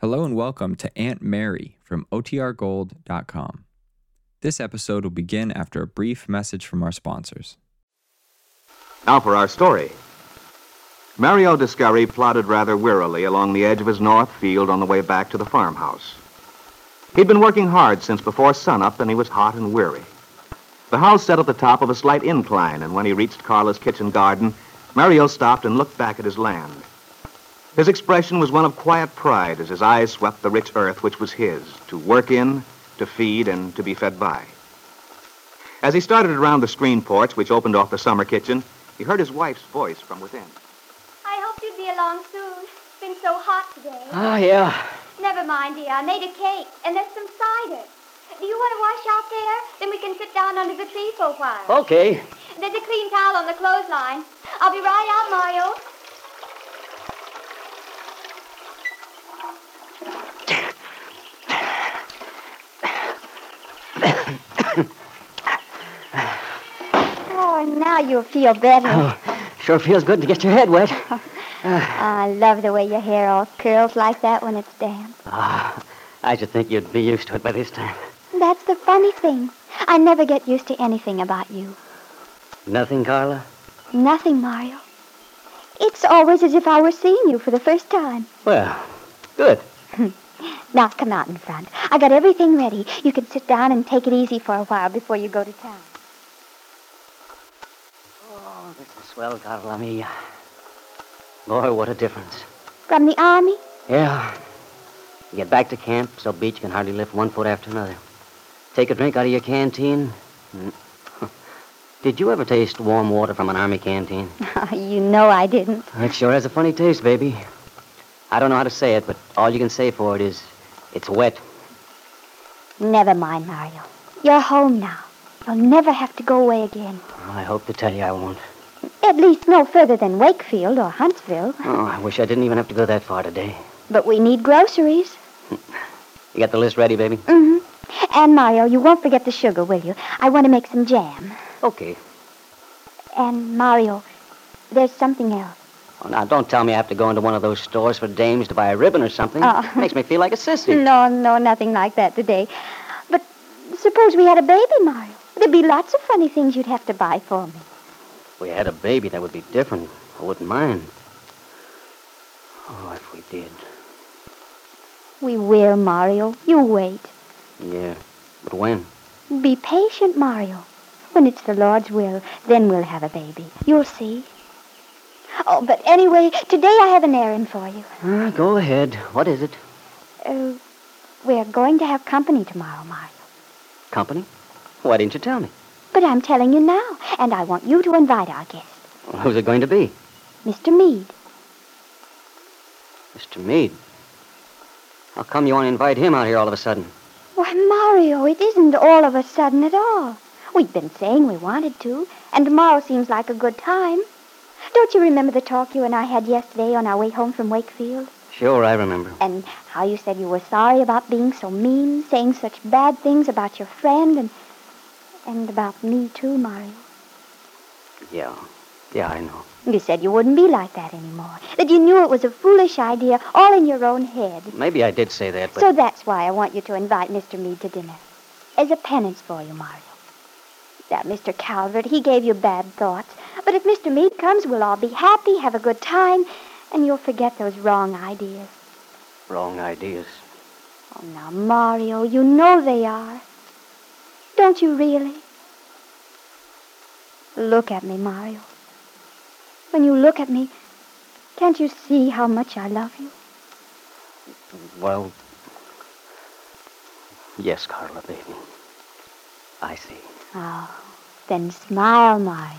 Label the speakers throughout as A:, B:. A: Hello and welcome to Aunt Mary from OTRGold.com. This episode will begin after a brief message from our sponsors.
B: Now for our story. Mario Descari plodded rather wearily along the edge of his north field on the way back to the farmhouse. He'd been working hard since before sunup, and he was hot and weary. The house sat at the top of a slight incline, and when he reached Carla's kitchen garden, Mario stopped and looked back at his land. His expression was one of quiet pride as his eyes swept the rich earth which was his, to work in, to feed, and to be fed by. As he started around the screen porch which opened off the summer kitchen, he heard his wife's voice from within.
C: I hope you'll be along soon. It's been so hot today.
D: Oh, yeah.
C: Never mind, dear. I made a cake, and there's some cider. Do you want to wash out there? Then we can sit down under the tree for a while.
D: Okay.
C: There's a clean towel on the clothesline. I'll be right out, Mario. Oh, now you'll feel better.
D: Sure feels good to get your head wet.
C: I love the way your hair all curls like that when it's damp.
D: I should think you'd be used to it by this time.
C: That's the funny thing. I never get used to anything about you.
D: Nothing, Carla?
C: Nothing, Mario. It's always as if I were seeing you for the first time.
D: Well, good.
C: Now, come out in front. I got everything ready. You can sit down and take it easy for a while before you go to town.
D: Oh, this is swell, Carla mia. Boy, what a difference.
C: From the army?
D: Yeah. You get back to camp, so beach can hardly lift one foot after another. Take a drink out of your canteen. Mm. Did you ever taste warm water from an army canteen?
C: you know I didn't.
D: It sure has a funny taste, baby. I don't know how to say it, but all you can say for it is it's wet.
C: Never mind, Mario. You're home now. You'll never have to go away again.
D: Well, I hope to tell you I won't.
C: At least no further than Wakefield or Huntsville.
D: Oh, I wish I didn't even have to go that far today.
C: But we need groceries.
D: You got the list ready, baby?
C: Mm-hmm. And, Mario, you won't forget the sugar, will you? I want to make some jam.
D: Okay.
C: And, Mario, there's something else.
D: Well, Oh, now, don't tell me I have to go into one of those stores for dames to buy a ribbon or something.
C: Oh.
D: Makes me feel like a sissy.
C: No, no, nothing like that today. But suppose we had a baby, Mario. There'd be lots of funny things you'd have to buy for me.
D: If we had a baby, that would be different. I wouldn't mind. Oh, if we did.
C: We will, Mario. You wait.
D: Yeah. But when?
C: Be patient, Mario. When it's the Lord's will, then we'll have a baby. You'll see. Oh, but anyway, today I have an errand for you.
D: Ah, go ahead. What is it?
C: Uh, we're going to have company tomorrow, Mario.
D: Company? Why didn't you tell me?
C: But I'm telling you now, and I want you to invite our guest,
D: Well, who's it going to be?
C: Mr. Mead.
D: Mr. Mead. How come you want to invite him out here all of a sudden?
C: Why, Mario, it isn't all of a sudden at all. We've been saying we wanted to, and tomorrow seems like a good time. Don't you remember the talk you and I had yesterday on our way home from Wakefield?
D: Sure, I remember.
C: And how you said you were sorry about being so mean, saying such bad things about your friend, and. and about me, too, Mario.
D: Yeah. Yeah, I know.
C: You said you wouldn't be like that anymore, that you knew it was a foolish idea, all in your own head.
D: Maybe I did say that, but.
C: So that's why I want you to invite Mr. Mead to dinner. As a penance for you, Mario. That Mr. Calvert, he gave you bad thoughts. But if Mr. Mead comes, we'll all be happy, have a good time, and you'll forget those wrong ideas.
D: Wrong ideas.
C: Oh, now, Mario, you know they are. Don't you really? Look at me, Mario. When you look at me, can't you see how much I love you?
D: Well, yes, Carla, baby. I see.
C: Oh, then smile, Mario.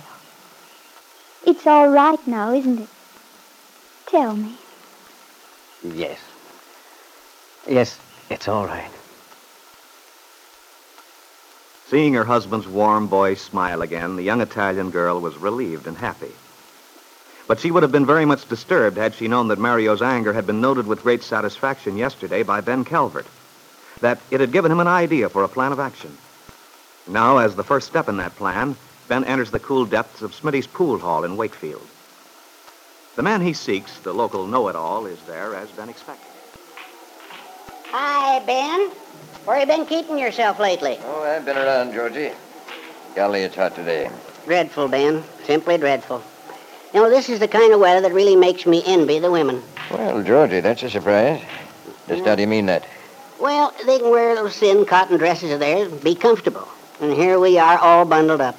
C: It's all right now, isn't it? Tell me.
D: Yes. Yes, it's all right.
B: Seeing her husband's warm, boyish smile again, the young Italian girl was relieved and happy. But she would have been very much disturbed had she known that Mario's anger had been noted with great satisfaction yesterday by Ben Calvert, that it had given him an idea for a plan of action. Now, as the first step in that plan, Ben enters the cool depths of Smitty's pool hall in Wakefield. The man he seeks, the local know-it-all, is there as Ben expected.
E: Hi, Ben. Where you been keeping yourself lately?
F: Oh, I've been around, Georgie. Golly, it's hot today.
E: Dreadful, Ben. Simply dreadful. You know, this is the kind of weather that really makes me envy the women.
F: Well, Georgie, that's a surprise. Just how do you mean that?
E: Well, they can wear those thin cotton dresses of theirs and be comfortable. And here we are all bundled up.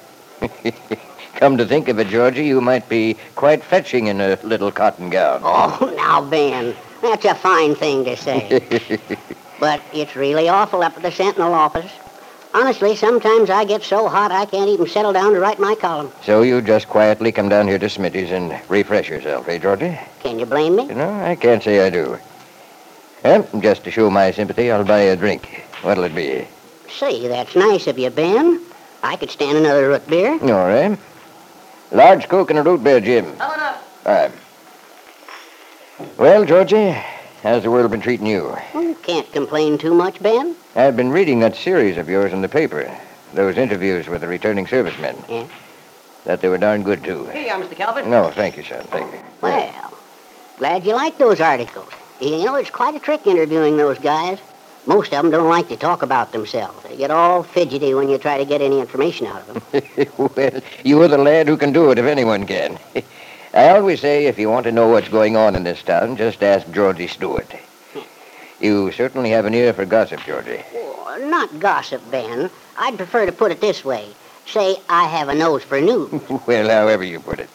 F: Come to think of it, Georgie, you might be quite fetching in a little cotton gown.
E: Oh, now, Ben, that's a fine thing to say. but it's really awful up at the Sentinel office. Honestly, sometimes I get so hot I can't even settle down to write my column.
F: So you just quietly come down here to Smitty's and refresh yourself, eh, Georgie?
E: Can you blame me?
F: You know, I can't say I do. Well, just to show my sympathy, I'll buy you a drink. What'll it be?
E: See, that's nice of you, Ben. I could stand another root beer.
F: All right. Large Coke and a root beer, Jim. Coming up. All right. Well, Georgie, how's the world been treating you?
E: Oh, can't complain too much, Ben.
F: I've been reading that series of yours in the paper. Those interviews with the returning servicemen.
E: Yeah.
F: That they were darn good, too.
D: Here you are, Mr. Calvert.
F: No, thank you, son. Thank you.
E: Well, glad you like those articles. You know, it's quite a trick interviewing those guys. Most of them don't like to talk about themselves. They get all fidgety when you try to get any information out of them.
F: well, you're the lad who can do it if anyone can. I always say if you want to know what's going on in this town, just ask Georgie Stewart.
D: Hmm.
F: You certainly have an ear for gossip, Georgie.
E: Well, Not gossip, Ben. I'd prefer to put it this way. Say, I have a nose for news.
F: well, however you put it.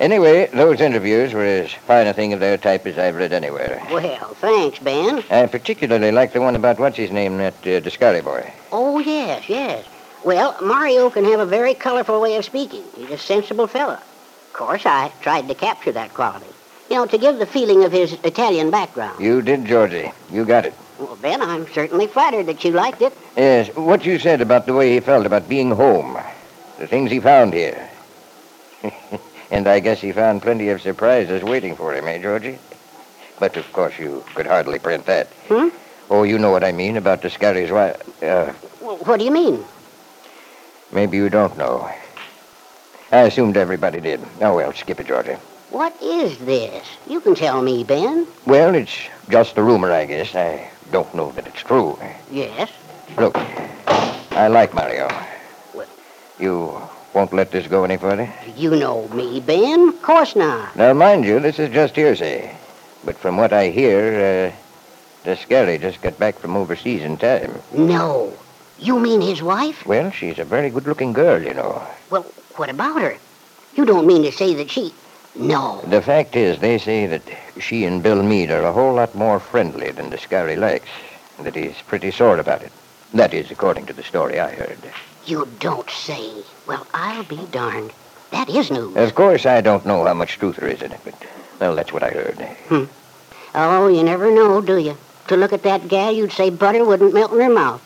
F: Anyway, those interviews were as fine a thing of their type as I've read anywhere.
E: well, thanks, Ben.
F: I particularly like the one about what's his name, that uh, Discari boy.
E: Oh, yes, yes. Well, Mario can have a very colorful way of speaking. He's a sensible fella. Of course, I tried to capture that quality. You know, to give the feeling of his Italian background.
F: You did, Georgie. You got it.
E: Well, Ben, I'm certainly flattered that you liked it.
F: Yes, what you said about the way he felt about being home, the things he found here. and I guess he found plenty of surprises waiting for him, eh, Georgie? But of course you could hardly print that.
E: Hmm?
F: Oh, you know what I mean about Discari's wife. Uh,
E: Well, what do you mean?
F: maybe you don't know. I assumed everybody did. Oh, well, skip it, Georgie.
E: What is this? You can tell me, Ben.
F: Well, it's just a rumor, I guess. I don't know that it's true.
E: Yes.
F: Look, I like Mario.
E: Well-
F: You won't let this go any further?
E: You know me, Ben. Of course not.
F: Now, mind you, this is just hearsay. But from what I hear, uh, Descari just got back from overseas in time.
E: No. You mean his wife?
F: Well, she's a very good-looking girl, you know.
E: Well, what about her? You don't mean to say that she. No.
F: The fact is, they say that she and Bill Meade are a whole lot more friendly than Descari likes. and That he's pretty sore about it. That is, according to the story I heard.
E: You don't say. Well, I'll be darned. That is news.
F: Of course, I don't know how much truth there is in it, but, well, that's what I heard.
E: Oh, you never know, do you? To look at that gal, you'd say butter wouldn't melt in her mouth.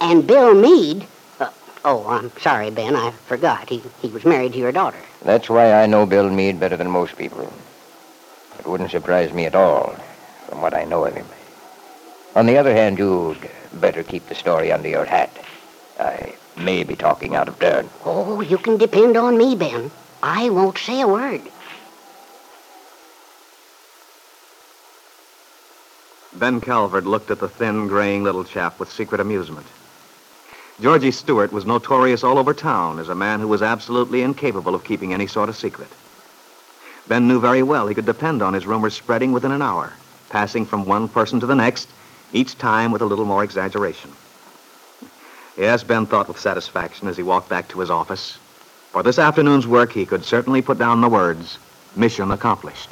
E: And Bill Meade. Uh, oh, I'm sorry, Ben. I forgot. He, he was married to your daughter.
F: That's why I know Bill Meade better than most people. It wouldn't surprise me at all, from what I know of him. On the other hand, you'd better keep the story under your hat. I may be talking out of turn.
E: Oh, you can depend on me, Ben. I won't say a word.
B: Ben Calvert looked at the thin, graying little chap with secret amusement. Georgie Stewart was notorious all over town as a man who was absolutely incapable of keeping any sort of secret. Ben knew very well he could depend on his rumors spreading within an hour, passing from one person to the next, each time with a little more exaggeration. Yes, Ben thought with satisfaction as he walked back to his office. For this afternoon's work, he could certainly put down the words, mission accomplished.